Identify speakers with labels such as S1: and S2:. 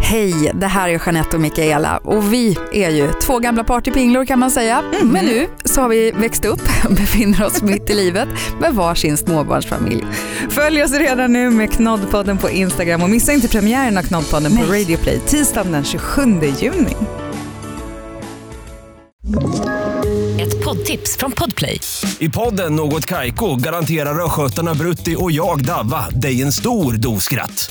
S1: Hej, det här är Jeanette och Mikaela och vi är ju två gamla partypinglor kan man säga.
S2: Mhm.
S1: Men nu så har vi växt upp och befinner oss mitt i livet med varsin småbarnsfamilj.
S2: Följ oss redan nu med Knoddpodden på Instagram och missa inte premiären av Knoddpodden på
S1: Nej.
S2: Radio Play tisdagen den 27 juni.
S3: Ett poddtips från Podplay.
S4: I podden Något Kaiko garanterar östgötarna Brutti och jag, Davva, dig en stor dos skratt.